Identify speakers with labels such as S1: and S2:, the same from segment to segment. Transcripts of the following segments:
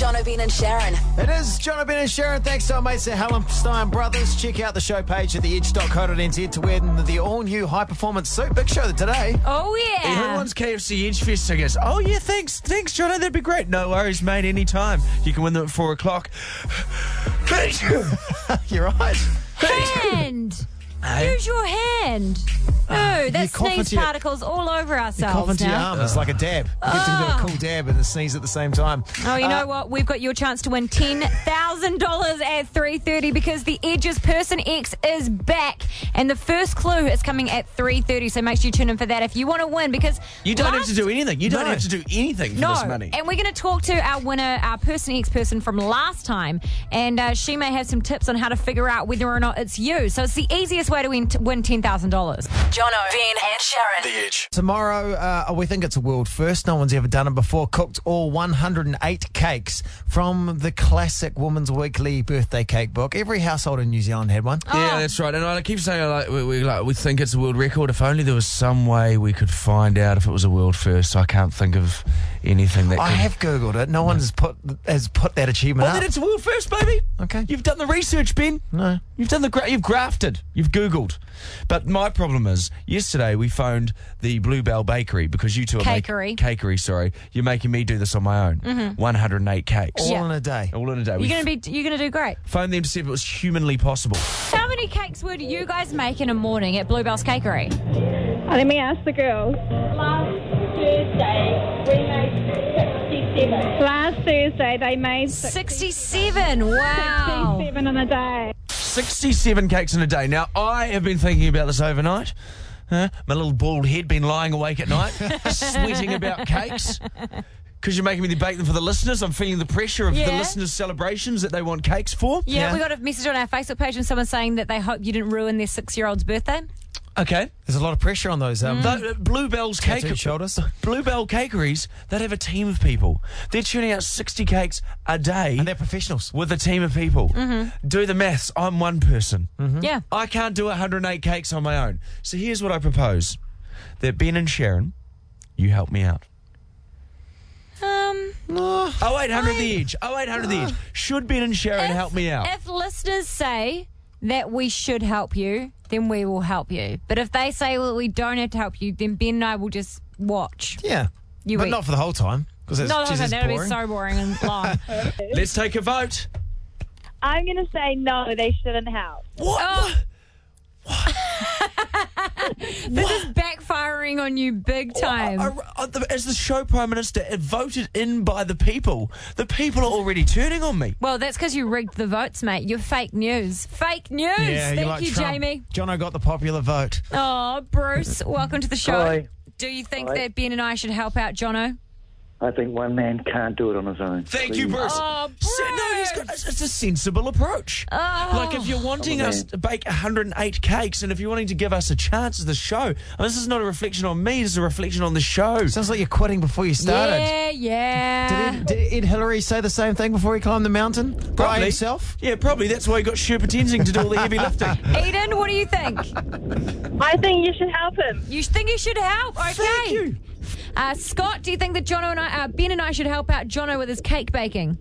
S1: Jono, Ben, and Sharon.
S2: It is John Ben and Sharon. Thanks to our mates at Hallenstein Brothers. Check out the show page at theedge.co.nz to win the all new high performance suit. Big show today.
S3: Oh
S4: Who
S3: yeah.
S4: wants KFC Edge Fest tickets? Oh yeah, thanks, thanks, Jono. That'd be great. No worries, mate. Any time. You can win them at four o'clock. Please.
S2: You're right.
S3: Hand. Use your hand. No,
S2: Ah, you
S3: that's
S2: cough
S3: sneeze
S2: into your-
S3: particles all over
S2: Cough
S3: ourselves
S2: into your
S3: now.
S2: arm. It's like a dab. You get to do a cool dab and a sneeze at the same time.
S3: Oh, you
S2: Ah.
S3: know what? We've got your chance to win ten thousand dollars at three thirty because the Edges Person X is back, and the first clue is coming at three thirty. So make sure you tune in for that if you want to win because
S4: You don't
S3: last-
S4: have to do anything. You don't
S2: No.
S4: have to do anything for
S3: No,
S4: this money.
S3: and we're going to talk to our winner, our person X person from last time, and uh, she may have some tips on how to figure out whether or not it's you. So it's the easiest way to win, win ten thousand dollars.
S1: Jono, Ben, and Sharon.
S2: Tomorrow, uh, we think it's a world first. No one's ever done it before. Cooked all 108 cakes from the classic Woman's Weekly birthday cake book. Every household in New Zealand had one.
S4: Yeah, that's right. And I keep saying like we, we like we think it's a world record. If only there was some way we could find out if it was a world first. I can't think of anything that.
S2: I
S4: could-
S2: have googled it. No one has put has put that achievement
S4: Well,
S2: up.
S4: then it's a world first, baby.
S2: Okay.
S4: You've done the research, Ben.
S2: No.
S4: You've done the gra- you've grafted. You've googled. But my problem is, yesterday we phoned the Bluebell Bakery because you two are make-
S3: Cakery. Mm-hmm.
S4: cakery, sorry. You're making me do this on my own. 108 cakes.
S2: All
S3: Yeah.
S2: in a day.
S4: All in a day.
S3: You're
S4: We
S3: going to be, you're going to do great.
S4: phoned them to see if it was humanly possible.
S3: How many cakes would you guys make in a morning at Bluebell's Cakery?
S5: Oh, let me ask the girls.
S6: Last Thursday, we made 67.
S5: Last Thursday, they made six-
S3: Sixty-seven. Wow.
S5: 67 on a day.
S4: 67 cakes in a day. Now, I have been thinking about this overnight. Huh? My little bald head been lying awake at night, sweating about cakes. Because you're making me bake them for the listeners. I'm feeling the pressure of the
S3: Yeah.
S4: listeners' celebrations that they want cakes for.
S3: Yeah, we got a message on our Facebook page from someone saying that they hope you didn't ruin their six-year-old's birthday.
S4: Okay.
S2: There's a lot of pressure on those. Um,
S4: But uh, Bluebell's cake
S2: Tattooed shoulders.
S4: Bluebell Cakeries, they'd have a team of people. They're churning out 60 cakes a day
S2: and they're professionals.
S4: with a team of people. Mm-hmm. Do the maths. I'm one person.
S2: Mm.
S3: Yeah.
S4: I can't do 108 cakes on my own. So here's what I propose that Ben and Sharon, you help me out.
S3: Um.
S4: 0800 The Edge. 0800 The Edge. Should Ben and
S3: if-
S4: Sharon help me out?
S3: If listeners say that we should help you, then we will help you. But if they say that we don't have to help you, then Ben and I will just watch.
S2: Yeah.
S3: You
S2: but
S3: eat.
S2: not for the whole time. Because it's
S3: No,
S2: geez,
S3: no, no,
S2: it's
S3: that would be
S2: boring.
S3: so boring and long.
S4: Let's take a vote.
S5: I'm going to say no, they shouldn't help.
S4: What?
S3: Oh, this is backfiring on you big time.
S4: I- I- the- as the show prime minister, uh, voted in by the people, the people are already turning on me.
S3: well, that's because you rigged the votes, mate. You're fake news. Fake news.
S2: Yeah,
S3: Thank
S2: you like
S3: you,
S2: Trump.
S3: Jamie.
S2: Jono got the popular vote.
S3: Oh, Bruce, welcome to the show.
S7: Hi.
S3: Do you think
S7: Hi.
S3: that Ben and I should help out Jono?
S7: I think one man can't do it on his own.
S4: Thank you,
S7: Please.
S4: Bruce.
S3: Oh,
S4: So- no, he's got, it's, it's a sensible approach.
S3: Oh.
S4: Like if you're wanting
S7: I'm a
S4: us
S7: man.
S4: to bake 108 cakes, and if you're wanting to give us a chance as the show, and this is not a reflection on me. This is a reflection on the show.
S2: Sounds like you're quitting before you started.
S3: Yeah, yeah.
S2: Did, Ed, did Ed Hillary say the same thing before he climbed the mountain by himself?
S4: Yeah, probably. That's why he got Sherpa Tenzing to do all the heavy lifting.
S3: Eden, what do you think?
S5: I think you should help him.
S3: You think you should help? Okay.
S4: Thank you.
S3: Uh, Scott, do you think that Jono and I, uh, Ben and I should help out Jono with his cake baking?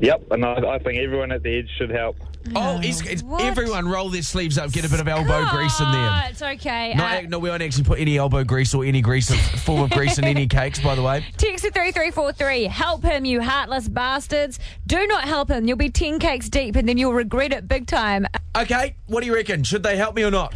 S8: Yep, and I, I think everyone at the edge should help.
S4: Oh, it's, it's,
S3: What?
S4: everyone roll their sleeves up, get a bit of elbow grease in there.
S3: It's okay.
S4: No,
S3: Uh,
S4: ac- no, we won't actually put any elbow grease or any grease, form of grease in any cakes, by the way.
S3: Text to 3343. Help him, you heartless bastards. Do not help him. You'll be 10 cakes deep and then you'll regret it big time.
S4: Okay, what do you reckon? Should they help me or not?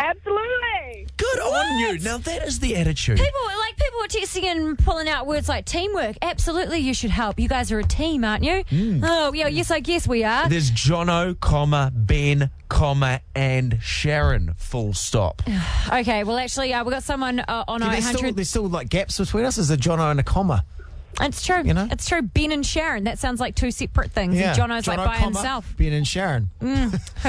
S5: Absolutely.
S4: Good on you. Now, that is the attitude.
S3: People, like, people are texting and pulling out words like teamwork. Absolutely, you should help. You guys are a team, aren't you?
S2: Hmm.
S3: Oh, yeah, yes, I guess we are.
S4: There's Jono, comma, Ben, comma, and Sharon, full stop.
S3: Okay, well, actually, uh, we've got someone uh, on
S2: Yeah,
S3: our
S2: there's, still,
S3: 800.
S2: there's still like gaps between us. There's a Jono and a comma.
S3: It's true.
S2: You know?
S3: It's true. Ben and Sharon. That sounds like two separate things.
S2: Yeah.
S3: And Jono's like by
S2: comma,
S3: himself. Mm.
S2: Ben and Sharon.
S3: Who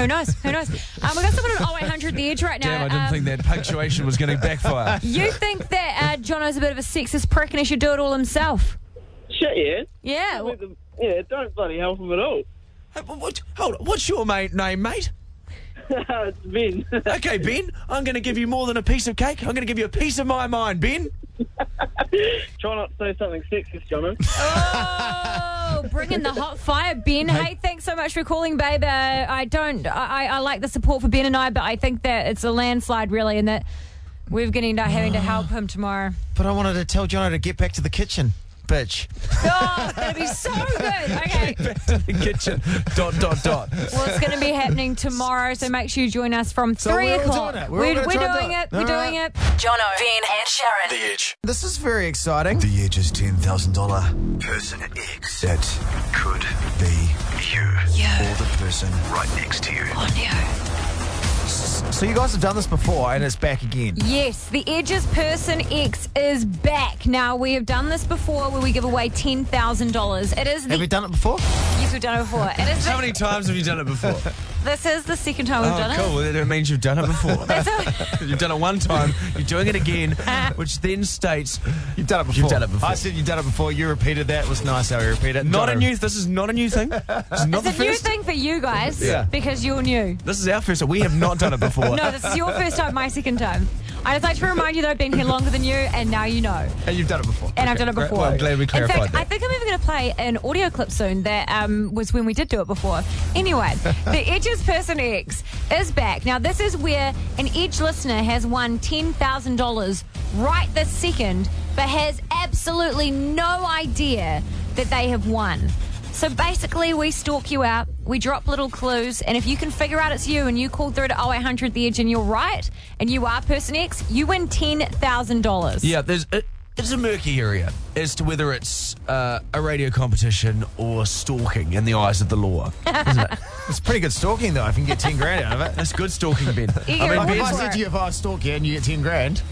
S3: knows? Who knows? Um, we've got someone on 0800 The Edge right now.
S4: Damn, I didn't
S3: Um,
S4: think that punctuation was going to backfire.
S3: You think that uh, Jono's a bit of a sexist prick and he should do it all himself?
S9: Shit, yeah.
S3: Yeah. well,
S9: Yeah, don't bloody help him at all.
S4: Hey, what- hold on, what's your mate name, mate?
S9: it's Ben.
S4: Okay, Ben, I'm going to give you more than a piece of cake. I'm going to give you a piece of my mind, Ben.
S9: Try not to say something sexist, Jono.
S3: Oh, bring in the hot fire, Ben. Hey, thanks so much for calling, babe. Uh, I don't. I, I- I like the support for Ben and I, but I think that it's a landslide, really, and that we're going to end up having to help him tomorrow.
S2: But I wanted to tell Jono to get back to the kitchen, bitch.
S3: Oh, it's going to be so good. Okay.
S4: Back to the kitchen. dot, dot, dot.
S3: Well, it's going to be happening tomorrow, so make sure you join us from
S2: So
S3: 3
S2: we're all
S3: o'clock.
S2: doing it. We're all gonna try and do
S3: doing
S2: it.
S3: it. We're
S2: All
S3: doing
S2: right.
S3: it.
S1: Jono, Ben, and Sharon.
S10: The Edge.
S2: This is very exciting.
S10: The Edge's $10,000 person X. That could be you. Or the person right next to you.
S2: So you guys have done this before, and it's back again.
S3: Yes, the Edges Person X is back. Now, we have done this before where we give away $10,000. It is the.
S2: Have you done it before?
S3: yes, we've done it before. It is
S4: How
S3: the,
S4: many times have you done it before?
S3: this is the second time we've
S4: oh,
S3: done
S4: cool.
S3: it.
S4: Well, then it means you've done it before.
S3: So-
S4: you've done it one time, you're doing it again, which then states
S2: You've done it before.
S4: done it before.
S2: I said you've done it before. You repeated that. It was nice how you repeated it.
S4: not a
S2: Jono-
S4: new. This is not a new thing. It's not the
S3: It's a new
S4: first.
S3: thing for you guys
S2: Yeah.
S3: because you're new.
S4: This is our first. We have not done it before.
S3: No, this is your first time, my second time. I just like to remind you that I've been here longer than you, and now you know.
S2: And you've done it before.
S3: And I've done it
S4: great.
S3: before.
S4: Well, I'm glad we clarified
S3: In fact,
S4: that.
S3: I think I'm even going to play an audio clip soon that um, was when we did do it before. Anyway, the Edges Person X is back. Now, this is where an Edge listener has won $10,000 right this second, but has absolutely no idea that they have won. So basically, we stalk you out, we drop little clues, and if you can figure out it's you and you call through to 0800 The Edge and you're right, and you are Person X, you win $10,000.
S4: Yeah, there's it, it's a murky area as to whether it's uh, a radio competition or stalking in the eyes of the law.
S2: It's pretty good stalking, though, if you can get 10 grand out of it.
S4: That's good stalking, Ben.
S3: Eager
S4: I mean,
S3: and
S2: Like, if I
S3: Ben's
S2: said
S3: work.
S2: to you, if I stalk you and you get 10 grand,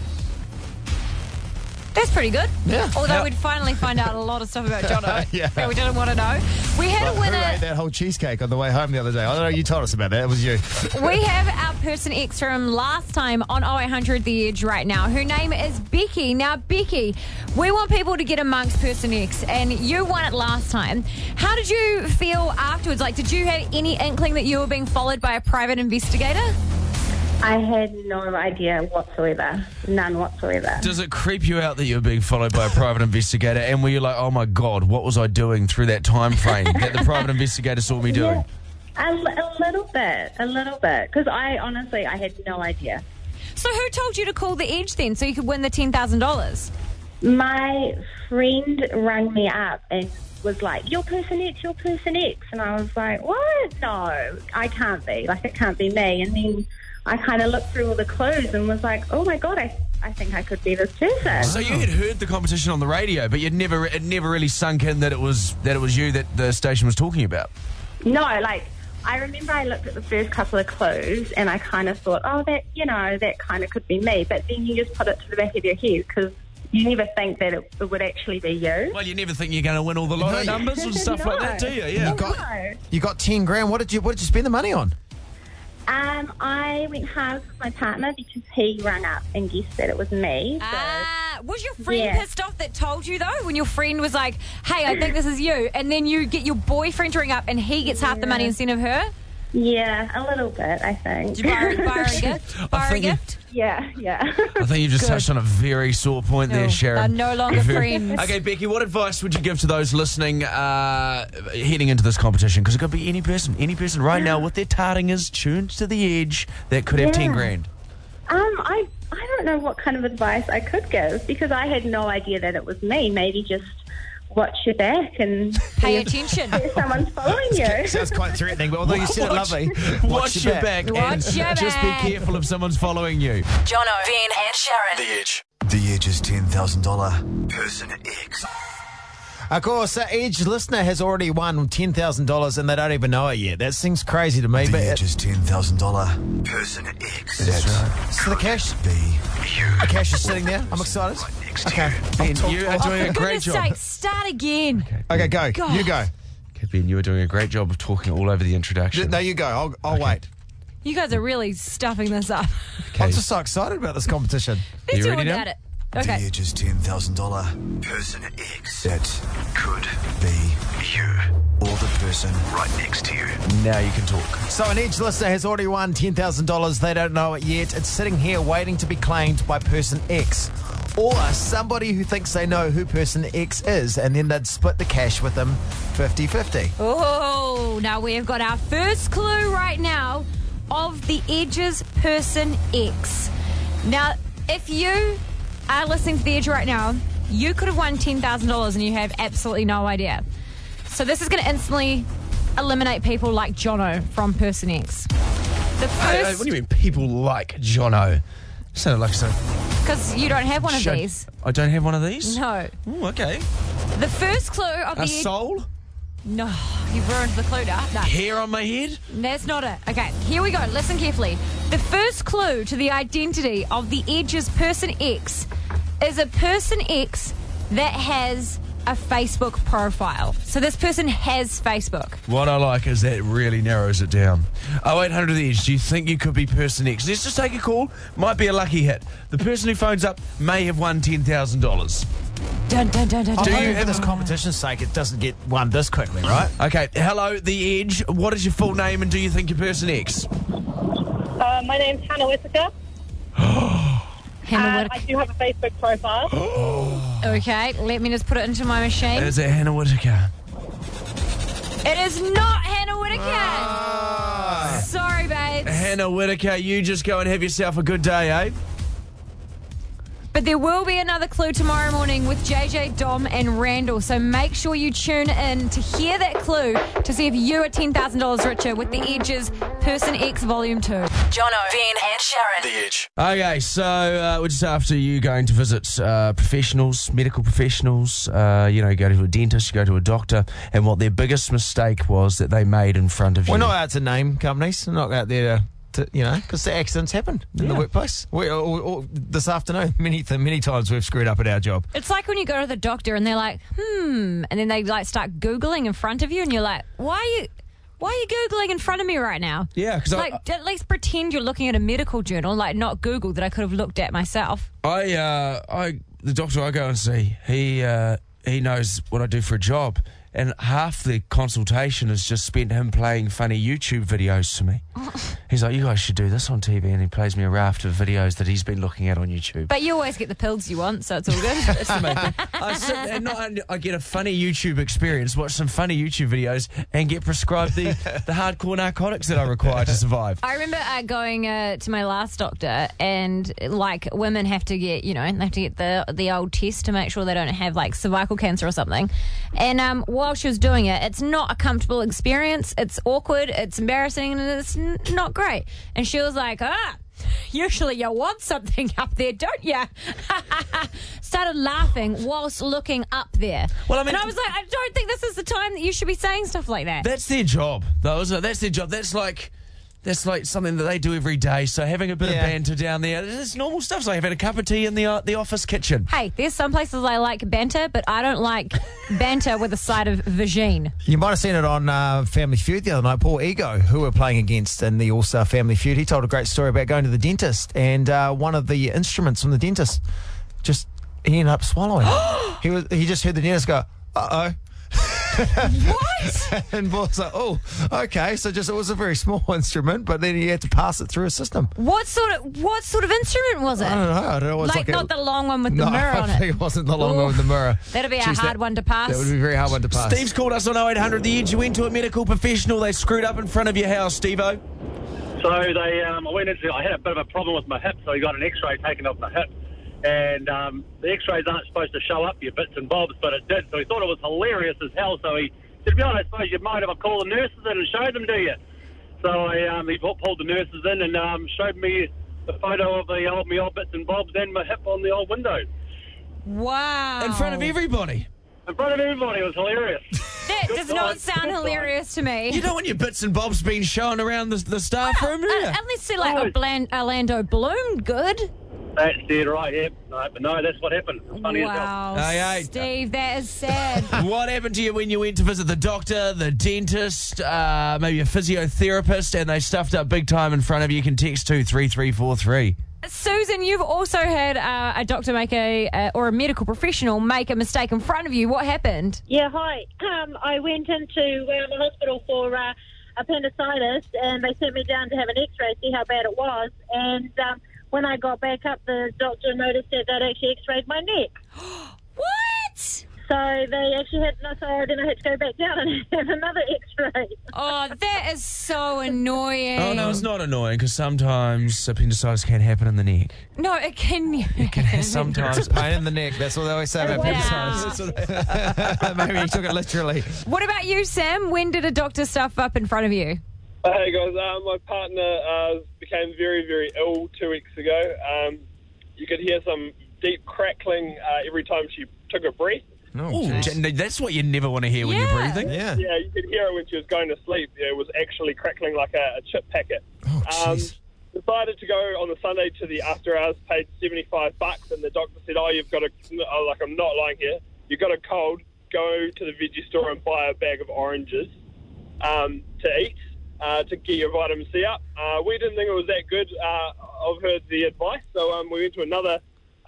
S3: That's pretty good.
S2: Yeah.
S3: Although
S4: Yeah.
S3: we'd finally find out a lot of stuff about Jono
S2: Yeah.
S3: that we didn't want to know. We had a
S2: who ate
S3: winner.
S2: that whole cheesecake on the way home the other day? I don't know, you told us about that. It was you.
S3: We have our person X from last time on 0800 The Edge right now. Her name is Becky. Now, Becky, we want people to get amongst person X, and you won it last time. How did you feel afterwards? Like, did you have any inkling that you were being followed by a private investigator?
S6: I had no idea whatsoever. None whatsoever.
S4: Does it creep you out that you're being followed by a private investigator? And were you like, oh my God, what was I doing through that time frame that the private investigator saw me doing?
S6: A, li- a little bit, a little bit. Because I honestly, I had no idea.
S3: So, who told you to call The Edge then so you could win the $10,000?
S6: My friend rang me up and was like, "Your person X, your person X," and I was like, "What? No, I can't be. Like, it can't be me." And then I kind of looked through all the clues and was like, "Oh my god, I, I think I could be this person."
S4: So you had heard the competition on the radio, but you'd never it never really sunk in that it was that it was you that the station was talking about.
S6: No, like I remember I looked at the first couple of clues and I kind of thought, oh, that you know, that kind of could be me. But then you just put it to the back of your head because you never think that it, it would actually be you.
S4: Well, you never think you're going to win all the lotto
S2: No, you-
S4: numbers and stuff like that, do you? Yeah.
S2: You got,
S6: No.
S2: you got 10 grand. What did you What did you spend the money on?
S6: Um, I went halves with my partner because he rang up and guessed that it was me. So
S3: Ah, was your friend
S6: Yeah.
S3: pissed off that told you though? When your friend was like, "Hey, I think this is you," and then you get your boyfriend to ring up, and he gets half the money instead of her.
S6: yeah, a little bit, I think.
S3: Did you buy, her- buy her a gift? Buy her a
S4: think you-
S3: gift?
S6: yeah, yeah.
S4: I think you've just touched on a very sore point
S3: No,
S4: there, Sharon.
S3: Oh, they're no longer
S4: Very-
S3: friends.
S4: Okay, Becky, what advice would you give to those listening uh, heading into this competition? Because it could be any person, any person right now with their tarting is tuned to the edge that could have 10
S6: Yeah.
S4: grand.
S6: Um, I I don't know what kind of advice I could give because I had no idea that it was me. Maybe just watch your back and
S3: Pay attention.
S6: if someone's following you.
S2: Sounds quite threatening, but although you said it
S4: Watch-
S2: lovely,
S4: Watch, your back. and
S3: Watch your
S4: Just
S3: back.
S4: be careful if someone's following you.
S1: Jono, Ben, and Sharon.
S10: The Edge. The Edge's $10,000 person X.
S2: Of course, uh, each listener has already won $10,000 and they don't even know it yet. That seems crazy to me,
S10: The
S2: but it-
S10: Edge's $10,000 person X. That's
S2: so the cash,
S10: be you.
S2: cash is sitting there. I'm excited.
S10: Right next to
S2: Okay,
S10: you.
S4: Ben, you are doing a
S3: For
S4: great
S3: goodness
S4: job.
S3: sake, start again.
S2: okay, go.
S3: God.
S2: You go.
S4: Okay, Ben, you are doing a great job of talking all over the introduction.
S2: No, you go. I'll, I'll wait.
S3: You guys are really stuffing this up.
S4: Okay.
S2: I'm just so excited about this competition.
S3: Let's
S4: You
S3: do
S4: ready
S3: about
S4: now?
S3: it. Okay.
S10: The Edge's $10,000 person X. That could be you. Or the person right next to you.
S4: now you can talk.
S2: So, an Edge listener has already won $10,000. They don't know it yet. It's sitting here waiting to be claimed by person X. or somebody who thinks they know who person X is, and then they'd split the cash with them 50 50.
S3: Oh, now we have got our first clue right now of the Edge's person X. Now, if you are listening to the Edge right now, you could have won $10,000 and you have absolutely no idea. So this is going to instantly eliminate people like Jono from person X. The
S4: Hey, hey,
S3: first,
S4: what do you mean, people like Jono? Sounded like some.
S3: because you don't have one of these.
S4: I don't have one of these?
S3: No.
S4: Ooh, okay.
S3: The first clue of the
S4: A
S3: Edge.
S4: soul?
S3: No, you've ruined the clue now. No.
S4: Hair on my head?
S3: That's not it. Okay, here we go. Listen carefully. The first clue to the identity of the Edge's person X is a person X that has a Facebook profile. So this person has Facebook.
S4: What I like is that it really narrows it down. Oh, 0800 The Edge, do you think you could be person X? Let's just take a call. Might be a lucky hit. The person who phones up may have won $10,000.
S3: Dun, dun, dun, dun,
S2: Do
S3: dun.
S2: you, for this competition's sake, it doesn't get won this quickly, right?
S4: Okay, hello, The Edge. What is your full name and do you think you're person X?
S5: Uh, my name's Hannah Whittaker.
S3: Hannah
S5: and I do have a Facebook profile.
S3: Whitt- Okay, let me just put it into my machine.
S4: Is it Hannah Whitaker?
S3: It is not Hannah Whittaker. Sorry, babes.
S4: Hannah Whitaker, you just go and have yourself a good day, eh?
S3: But there will be another clue tomorrow morning with JJ, Dom, and Randall. So make sure you tune in to hear that clue to see if you are $10,000 richer with the Edges Person X Volume 2.
S1: Jono, Veen, and Sharon.
S10: The Edge.
S4: Okay, so uh, we're just after you going to visit uh, professionals, medical professionals. Uh, you know, you go to a dentist, you go to a doctor, and what their biggest mistake was that they made in front of you.
S2: We're not out to name companies. We're not out there to, to you know, because the accidents happen in the
S4: Yeah.
S2: workplace. We, or, or, this afternoon, many th- many times we've screwed up at our job.
S3: It's like when you go to the doctor and they're like, hmm, and then they like start Googling in front of you and you're like, why are you, why are you Googling in front of me right now?
S4: Yeah, 'cause I-
S3: like, at least pretend you're looking at a medical journal, like not Google that I could have looked at myself.
S4: I, uh, I, the doctor I go and see, he, uh, he knows what I do for a job, and half the consultation is just spent him playing funny YouTube videos to me. He's like, "You guys should do this on TV," and he plays me a raft of videos that he's been looking at on YouTube.
S3: But you always get the pills you want, so it's all good.
S4: I sit there and not only I get a funny YouTube experience, watch some funny YouTube videos, and get prescribed the, the hardcore narcotics that I require to survive.
S3: I remember uh, going uh, to my last doctor, and like women have to get, you know, they have to get the the old test to make sure they don't have like cervical cancer or something. And um, while she was doing it, it's not a comfortable experience. It's awkward. It's embarrassing, and it's n- not great. And she was like, ah. Usually you want something up there, don't you? Started laughing whilst looking up there.
S4: Well, I mean-
S3: and I was like, I don't think this is the time that you should be saying stuff like that.
S4: That's their job, though, isn't it? That's their job. That's like. That's like something that they do every day. So having a bit
S2: Yeah.
S4: of banter down there, it's normal stuff. So I've had a cup of tea in the uh, the office kitchen.
S3: Hey, there's some places I like banter, but I don't like banter with a side of vagine.
S2: You might have seen it on uh, Family Feud the other night. Paul Ego, who we're playing against in the All Star Family Feud, he told a great story about going to the dentist and uh, one of the instruments from the dentist just he ended up swallowing. it. he was he just heard the dentist go, uh oh. and Paul's like, oh, okay. So just it was a very small instrument, but then he had to pass it through a system.
S3: What sort of what sort of instrument was it?
S2: I don't know. I don't know. It's
S3: Like,
S2: like, a-
S3: not the long one with the
S2: no,
S3: mirror
S2: I
S3: on
S2: think
S3: it.
S2: it wasn't the long one with the mirror.
S3: That'd be a
S2: Jeez,
S3: hard
S2: that-
S3: one to pass.
S2: That would be a very hard one to pass.
S4: Steve's called us on 0800 The Edge. You went to a medical professional. They screwed up in front of your house, Steve-O.
S9: So they, um, I went into, I had a bit of a problem with my hip, so I got an X-ray taken off my hip, and um, the X-rays aren't supposed to show up your bits and bobs, but it did. So he thought it was hilarious as hell. So he said, "To be honest, I suppose you mind if I call the nurses in and show them, do you?" So I, um, he pu- pulled the nurses in and um, showed me the photo of the old me old bits and bobs and my hip on the old window
S3: Wow.
S4: In front of everybody.
S9: in front of everybody. It was hilarious.
S3: That does not
S9: God.
S3: sound
S9: Good God.
S3: hilarious to me.
S4: You don't want your bits and bobs being shown around the, the staff room, do you?
S3: Uh, unless they're like
S9: No.
S3: a Blan- Orlando Bloom, good.
S9: That's it, right? Yeah, no, but no, that's what happened. It's Funny as hell.
S3: Wow,
S4: Hey, hey.
S3: Steve, that is sad.
S4: What happened to you when you went to visit the doctor, the dentist, uh, maybe a physiotherapist, and they stuffed up big time in front of you? You can text 23343.
S3: Susan, you've also had uh, a doctor make a uh, or a medical professional make a mistake in front of you. What happened?
S5: Yeah, hi. Um, I went into um, a hospital for uh, appendicitis, and they sent me down to have an X-ray, see how bad it was, and um,
S11: When I got back up, the doctor noticed that they'd actually x-rayed my neck. what? So they actually had, no, so then I had to go back down and have another x-ray.
S3: Oh, that is so annoying.
S4: Oh no, it's not annoying because sometimes appendicitis can happen in the neck.
S3: No, it can. It
S4: can sometimes
S2: It's a pain in the neck. That's what they always say about appendicitis. Maybe he took it literally.
S3: What about you, Sam? When did a doctor stuff up in front of you?
S12: Hey guys, uh, my partner uh, became very, very ill two weeks ago. Um, you could hear some deep crackling uh, every time she took a breath.
S2: Oh,
S4: Ooh, Jen, that's what you never want to hear when you're breathing.
S12: Yeah, you could hear it when she was going to sleep. It was actually crackling like a, a chip packet.
S2: Oh,
S12: um, decided to go on the Sunday to the after hours, paid 75 bucks, and the doctor said, Oh, you've got a, oh, like, I'm not lying here. You've got a cold. Go to the veggie store and buy a bag of oranges um, to eat uh, to get your vitamin C up. Uh, we didn't think it was that good uh, of her, the advice, so um, we went to another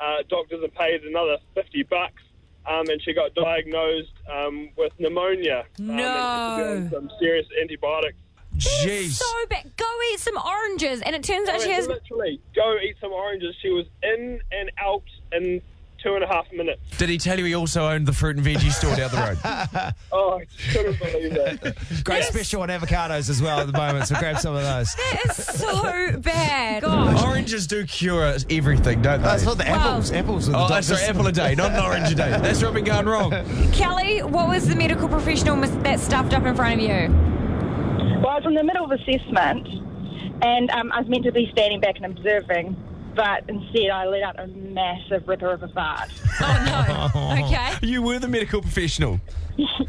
S12: uh, doctor's and paid another 50 bucks. Um, and she got diagnosed um, with pneumonia. Um, and had to go on
S3: No.
S12: some serious antibiotics.
S4: Jeez.
S3: So bad. Go eat some oranges, and it turns out
S12: I
S3: she
S12: mean,
S3: has.
S12: Literally, go eat some oranges. She was in and out in two and a half minutes.
S4: Did he tell you he also owned the fruit and veggie store down the road?
S12: Oh, I couldn't believe it.
S2: Um, Great special on avocados as well at the moment, so grab some of those.
S3: That is so bad.
S4: Oranges do cure everything, don't they?
S2: That's not the apples. Apples are the
S4: Oh, I'm
S2: doctors.
S4: sorry, apple a day, not an orange a day. That's where I've been going wrong.
S3: Kelly, what was the medical professional mis- that stuffed up in front of you?
S11: Well, I was in the middle of assessment, and um, I was meant to be standing back and observing, but instead I let out a massive ripper of a fart.
S3: Okay.
S4: You were the medical professional.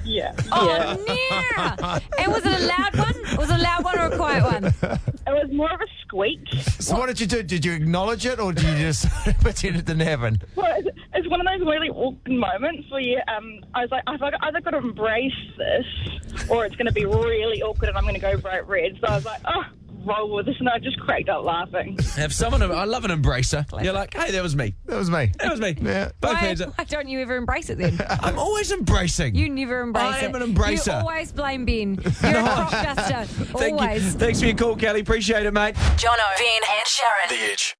S11: yeah.
S3: Oh, yeah. And was it a loud one? Was it a loud one or a quiet one?
S11: It was more of a squeak.
S2: So what did you do? Did you acknowledge it or did you just pretend it didn't happen?
S11: Well, it's- it's one of those really awkward moments where you, um, I was like, I've either, either got to embrace this or it's going to be really awkward and I'm going to go bright red. So I was like, oh, roll with this. And I just cracked up laughing.
S4: Have someone, I love an embracer. You're like, hey, that was me.
S2: That was me.
S4: That was me. Yeah. Both
S3: Why,
S4: hands up.
S3: why don't you ever embrace it then?
S4: I'm always embracing.
S3: You never embrace
S4: I
S3: it.
S4: am an embracer.
S3: You always blame Ben. You're a prop duster.
S4: Thank you.
S3: Always.
S4: Thanks for your call, Kelly. Appreciate it, mate.
S1: Jono, Ben, and Sharon.
S4: The Edge.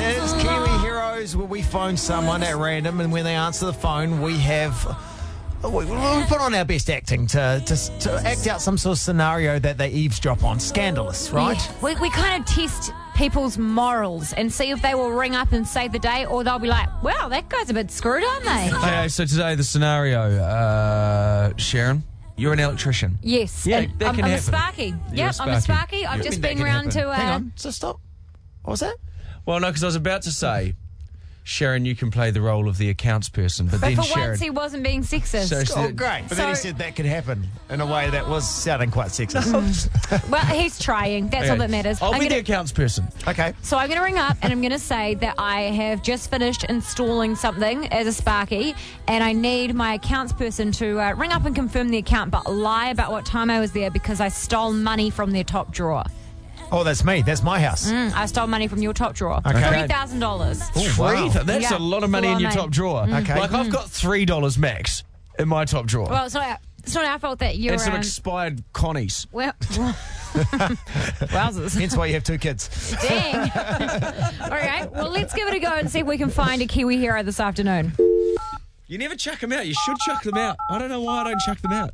S2: It's Kiwi Heroes where we phone someone at random and when they answer the phone, we have. We we put on our best acting to, to, to act out some sort of scenario that they eavesdrop on. Scandalous, right?
S3: Yeah. We, we kind of test people's morals and see if they will ring up and save the day or they'll be like, wow, that guy's a bit screwed, aren't they?
S4: Okay, so today the scenario, uh, Sharon, you're an electrician.
S3: Yes.
S4: Yeah,
S3: and
S4: that
S3: I'm,
S4: can
S3: I'm a
S4: happen.
S3: Sparky.
S4: You're
S3: Yep,
S4: a
S3: I'm a
S4: Sparky.
S3: Sparky. I've
S4: Yeah.
S3: just
S4: That
S3: been
S4: can
S3: round
S4: happen.
S3: to. Uh,
S2: Hang on, so stop. What was that?
S4: Well, no, because I was about to say, Sharon, you can play the role of the accounts person,
S3: But
S4: but, then
S3: for
S4: Sharon.
S3: once, he wasn't being sexist.
S4: So she-
S2: Oh, great. But then he
S3: So-
S2: said that could happen in a way that was sounding quite sexist.
S3: well, he's trying. That's all
S4: Okay.
S3: that matters.
S4: I'll
S3: I'm
S4: be
S3: gonna-
S4: the accounts person.
S2: Okay.
S3: So I'm going to ring up and I'm going to say that I have just finished installing something as a Sparky, and I need my accounts person to uh, ring up and confirm the account, but lie about what time I was there because I stole money from their top drawer.
S2: Oh, that's me. That's my house.
S3: Mm, I stole money from your top drawer,
S2: Okay.
S3: three thousand dollars.
S4: Three? That's
S3: Yeah,
S4: a lot of money in your
S3: money.
S4: top drawer.
S3: Mm. Okay.
S4: Like, I've got $3 max in my top drawer.
S3: Well, it's not. It's not our fault that you're.
S4: and some
S3: um,
S4: expired Connies.
S3: well,
S2: Wowzers. Hence why you have two kids.
S3: dang. All right. Well, let's give it a go and see if we can find a Kiwi hero this afternoon.
S4: You never chuck them out. You should chuck them out. I don't know why I don't chuck them out.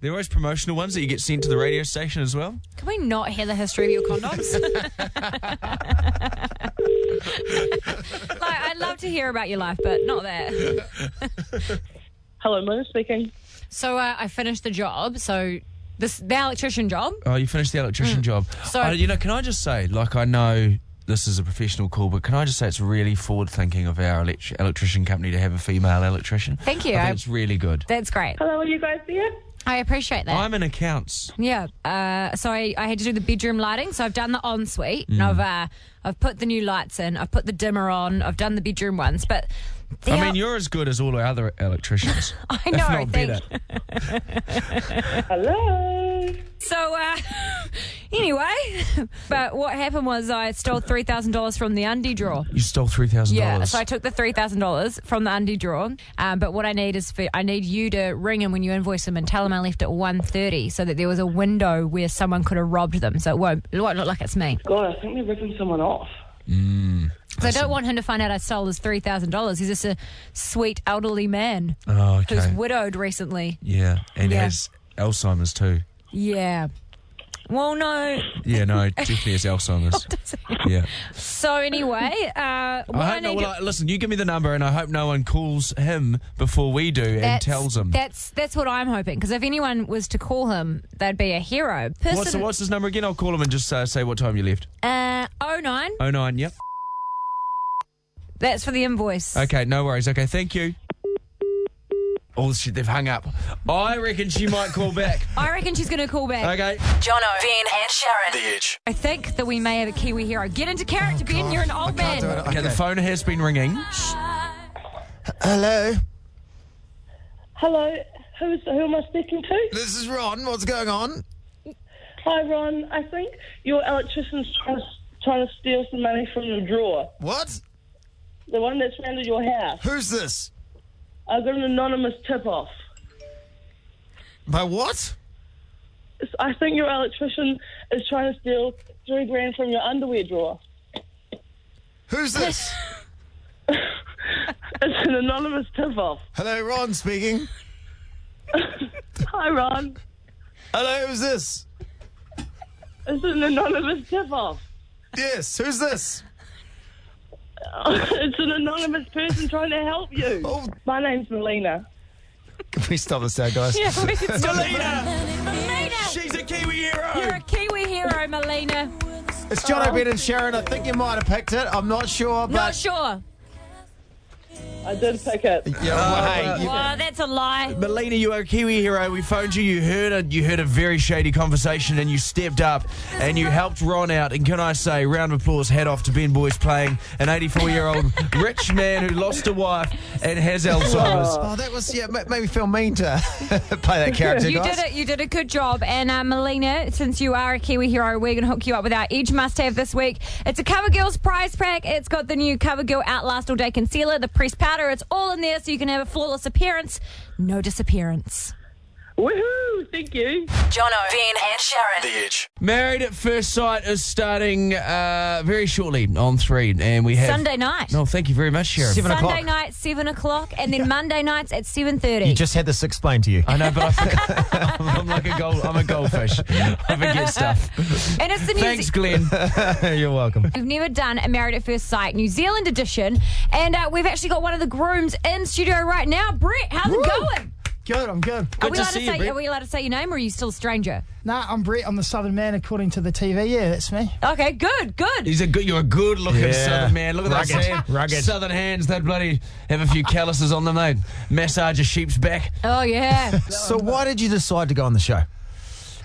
S4: They're always promotional ones that you get sent to the radio station as well.
S3: Can we not hear the history of your condoms? like, I'd love to hear about your life, but not that.
S13: Hello, Luna speaking.
S3: So uh, I finished the job. So this the electrician job.
S4: Oh, you finished the
S3: Mm.
S4: electrician job.
S3: So-
S4: Uh, you know, can I just say, like, I know this is a professional call, but can I just say it's really forward thinking of our elect- electrician company to have a female electrician?
S3: Thank you.
S4: I
S3: I-
S4: think it's really good.
S3: That's great.
S13: Hello, are you guys there?
S3: I appreciate that.
S4: I'm in accounts.
S3: yeah. Uh, so I, I had to do the bedroom lighting. So I've done the ensuite. And
S4: Mm.
S3: I've uh, I've put the new lights in. I've put the dimmer on. I've done the bedroom ones. But the
S4: I mean, you're as good as all our other electricians.
S3: I
S4: if
S3: know,
S4: not
S3: thank
S4: better.
S3: Hello. So, uh, Anyway, but what happened was I stole three thousand dollars from the undie drawer.
S4: You stole three thousand
S3: Yeah,
S4: dollars.
S3: so I took the three thousand dollars from the undie drawer. Um, but what I need is for I need you to ring him when you invoice him and tell him I left at one thirty, so that there was a window where someone could have robbed them. So it won't it won't look like it's me.
S13: God, I think they're ripping someone off.
S3: So I don't want him to find out I stole his three thousand dollars. He's just a sweet elderly man
S4: Oh, okay.
S3: who's widowed recently.
S4: yeah, and
S3: Yeah.
S4: has Alzheimer's too.
S3: Yeah. Well, no.
S4: Yeah, no, definitely has Alzheimer's. yeah.
S3: So anyway, uh, what
S4: I
S3: I, need
S4: hope no,
S3: to-
S4: well, I- listen, you give me the number, and I hope no one calls him before we do and
S3: That's-
S4: tells him.
S3: That's that's what I'm hoping because if anyone was to call him, they'd be a hero. Person,
S4: What's, what's his number again? I'll call him and just uh, say what time you left.
S3: Uh, 09.
S4: Oh nine. Yep.
S3: That's for the invoice.
S4: Okay, no worries. Okay, thank you. Oh shit, they've hung up. I reckon she might call back.
S3: I reckon she's going to call back.
S4: Okay.
S1: Jono, Ben, and Sharon.
S4: The Edge.
S3: I think that we may have a Kiwi hero. Get into character, Ben. You're an old man.
S4: Okay, the phone has been ringing.
S2: Hello.
S13: Hello, who's who am I speaking to?
S2: This is Ron. What's going on?
S13: Hi, Ron. I think your electrician's trying to, trying to steal some money from your drawer.
S2: What?
S13: The one that's round at your house.
S2: Who's this?
S13: I got an anonymous tip off.
S2: By what?
S13: I think your electrician is trying to steal three grand from your underwear drawer.
S2: Who's this?
S13: it's an anonymous tip off.
S2: Hello, Ron speaking.
S13: Hi, Ron.
S2: Hello, who's this?
S13: It's an anonymous tip off.
S2: Yes, who's this?
S13: it's an anonymous person trying to help you. My name's Melina.
S2: Can we stop this now, guys?
S3: Melina.
S4: She's a Kiwi hero.
S3: You're a Kiwi hero, Melina.
S2: It's John O'Brien and Sharon. I think you might have picked it. I'm not sure, but
S3: Not sure.
S13: I did pick it.
S2: yeah, well, hey, you-
S3: Wow, that's a lie.
S4: Melina, you are a Kiwi hero. We phoned you. You heard a you heard a very shady conversation, and you stepped up and you helped Ron out. And can I say, round of applause, head off to Ben Boyce playing an 84 year old rich man who lost a wife and has Alzheimer's.
S2: Oh, that was yeah. ma- Made me feel mean to play that character,
S3: You
S2: guys.
S3: did it. You did a good job. And uh, Melina, since you are a Kiwi hero, we're going to hook you up with our Edge must have this week. It's a Cover Girls prize pack. It's got the new Cover Girl Outlast All Day Concealer, the pressed powder. It's all in there so you can have a flawless appearance, no disappearance.
S13: Woohoo! Thank you.
S1: Jono, Ben, and Sharon. The Edge.
S4: Married at First Sight is starting uh, very shortly on three, and we have
S3: Sunday night.
S4: No, thank you very much, Sharon.
S3: Sunday night, 7 o'clock, and then Monday nights at 7.30.
S2: You just had this explained to you.
S4: I know, but I think I'm like a gold. I'm a goldfish. I forget stuff.
S3: and it's the new
S4: Thanks, Glenn.
S2: You're welcome.
S3: We've never done a Married at First Sight New Zealand edition, and uh, we've actually got one of the grooms in studio right now. Brett, how's
S2: Woo!
S3: it going?
S2: Good. I'm good.
S3: are, we allowed to say, are we allowed to say your name, or are you still a stranger?
S14: Nah, I'm Brett. I'm the Southern man, according to the TV. Yeah, that's me.
S3: Okay, good, good.
S4: He's a good. You're a good-looking
S2: Yeah.
S4: Southern man. Look at
S2: Rugged,
S4: those hand,
S2: rugged.
S4: Southern hands. They bloody have a few calluses on them. They massage a sheep's back.
S3: Oh yeah.
S2: So, why did you decide to go on the show?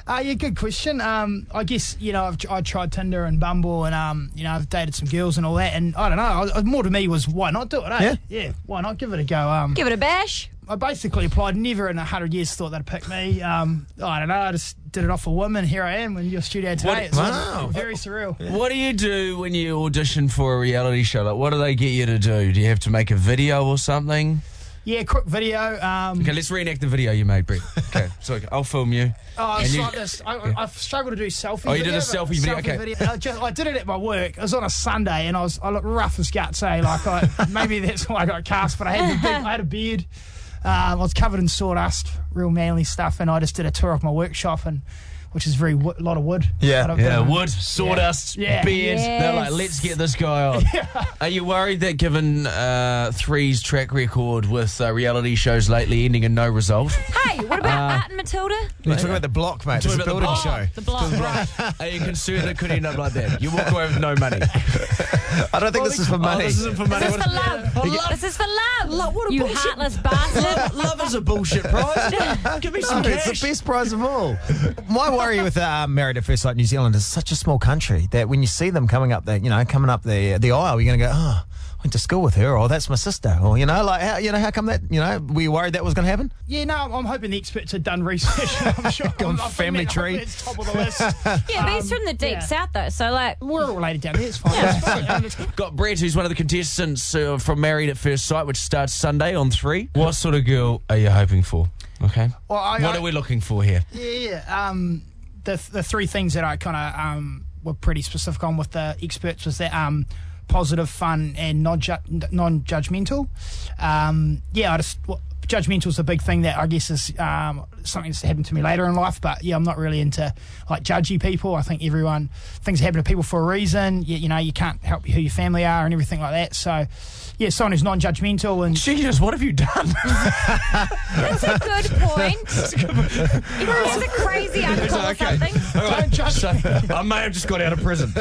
S14: Uh, yeah, good question. Um, I guess you know I've I tried Tinder and Bumble, and um, you know I've dated some girls and all that, and I don't know. I, I- more to me was why not do it? Eh? Yeah, yeah. Why not give it a go? Um,
S3: Give it a bash.
S14: I basically applied. Never in a hundred years thought they'd pick me. Um, I don't know. I just did it off a woman. Here I am in your studio today. It's
S4: wow.
S14: very surreal.
S4: What do you do when you audition for a reality show? Like, what do they get you to do? Do you have to make a video or something?
S14: Yeah, quick video. Um,
S4: Okay, let's reenact the video you made, Brett. Okay, so I'll film you.
S14: Oh, I
S4: And you-
S14: tried this. I, I- I've struggled to do selfie.
S4: Oh, you did
S14: video,
S4: a
S14: but-
S4: selfie video, okay.
S14: video. I, just, I did it at my work. It was on a Sunday, and I was I looked rough as guts. Eh? Like I, maybe that's why I got cast. But I had the big, I had a beard. Um, I was covered in sawdust, real manly stuff, and I just did a tour of my workshop, and which is very wo- lot of wood. Lot of,
S4: yeah,
S14: um,
S4: wood, sawdust,
S14: Yeah.
S4: beard. They're like,
S14: Yes.
S4: let's get this guy on. Are you worried that given uh, Three's track record with uh, reality shows lately ending in no result?
S3: Hey, what about Art and Matilda?
S2: You're talking about the block, mate. It's
S4: Talking
S2: a
S4: about
S2: building
S4: the block.
S2: show.
S3: The block.
S4: Are you concerned it could end up like that? You walk away with no money.
S2: I don't think this is for money.
S4: Oh, this isn't for money.
S3: This is for
S4: What-
S3: love.
S4: Yeah.
S3: This is for love.
S4: what a
S3: you
S4: bullshit-
S3: heartless bastard.
S4: Love is a bullshit prize. Give me some
S2: No, Oh, it's
S4: cash.
S2: the best prize of all. My worry with uh, Married at First Sight New Zealand is such a small country that when you see them coming up the, you know, coming up the the aisle, you're going to go, oh, went to school with her, or that's my sister, or you know, like how, you know, how come that you know, were you worried that was going to happen?
S12: Yeah, no, I'm hoping the experts have done research. I'm sure. I'm, I'm
S2: family
S12: hoping
S2: tree.
S12: It's top of the list.
S3: Um, Yeah, but he's from the deep
S12: yeah.
S3: south though, so like
S12: we're all related down here. It's fine.
S4: Got Brett, who's one of the contestants uh, from Married at First Sight, which starts Sunday on three. What sort of girl are you hoping for? Okay.
S12: Well, I-
S4: what
S12: I-
S4: are we looking for here?
S12: Yeah, yeah. Um, the the three things that I kind of um, were pretty specific on with the experts was that um, positive, fun, and non non judgmental. Um, yeah, I just well, judgmental is a big thing that I guess is um, something that's happened to me later in life. But yeah, I'm not really into like judgy people. I think everyone things happen to people for a reason. You, you know, you can't help who your family are and everything like that. So yeah, someone who's non judgmental and
S4: Jesus, what have you done?
S3: that's a good point. you were always a crazy uncle or something.
S4: All right, so, I may have just got out of prison.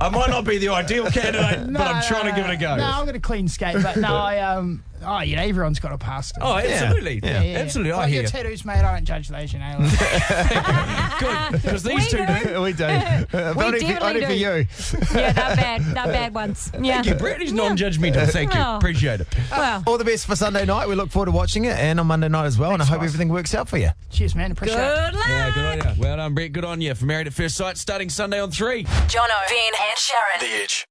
S4: I might not be the ideal candidate, but I'm trying to give it a go.
S12: No, I've got a clean skate, but no, I um, oh, you know, everyone's got a past.
S4: Oh, absolutely. Yeah. Absolutely, I
S12: Like
S4: hear you.
S12: your tattoos, mate. I don't judge those, you know. Like,
S4: Because these two
S2: we do. Uh, but
S3: We
S2: only for-
S3: definitely
S2: only for
S3: do.
S2: you.
S3: yeah, not bad, not bad ones. Yeah.
S4: Thank you, Brett. He's non judgmental. Thank you.
S3: Oh.
S4: Appreciate it.
S3: Well,
S2: All the best for Sunday night. We look forward to watching it, and on Monday night as well. and I hope everything works out for you.
S12: cheers, man. Appreciate it.
S3: good luck.
S4: Yeah, good on you. Well done, Brett. Good on you for Married at First Sight starting Sunday on three.
S1: Jono, Ben, and Sharon. The Edge.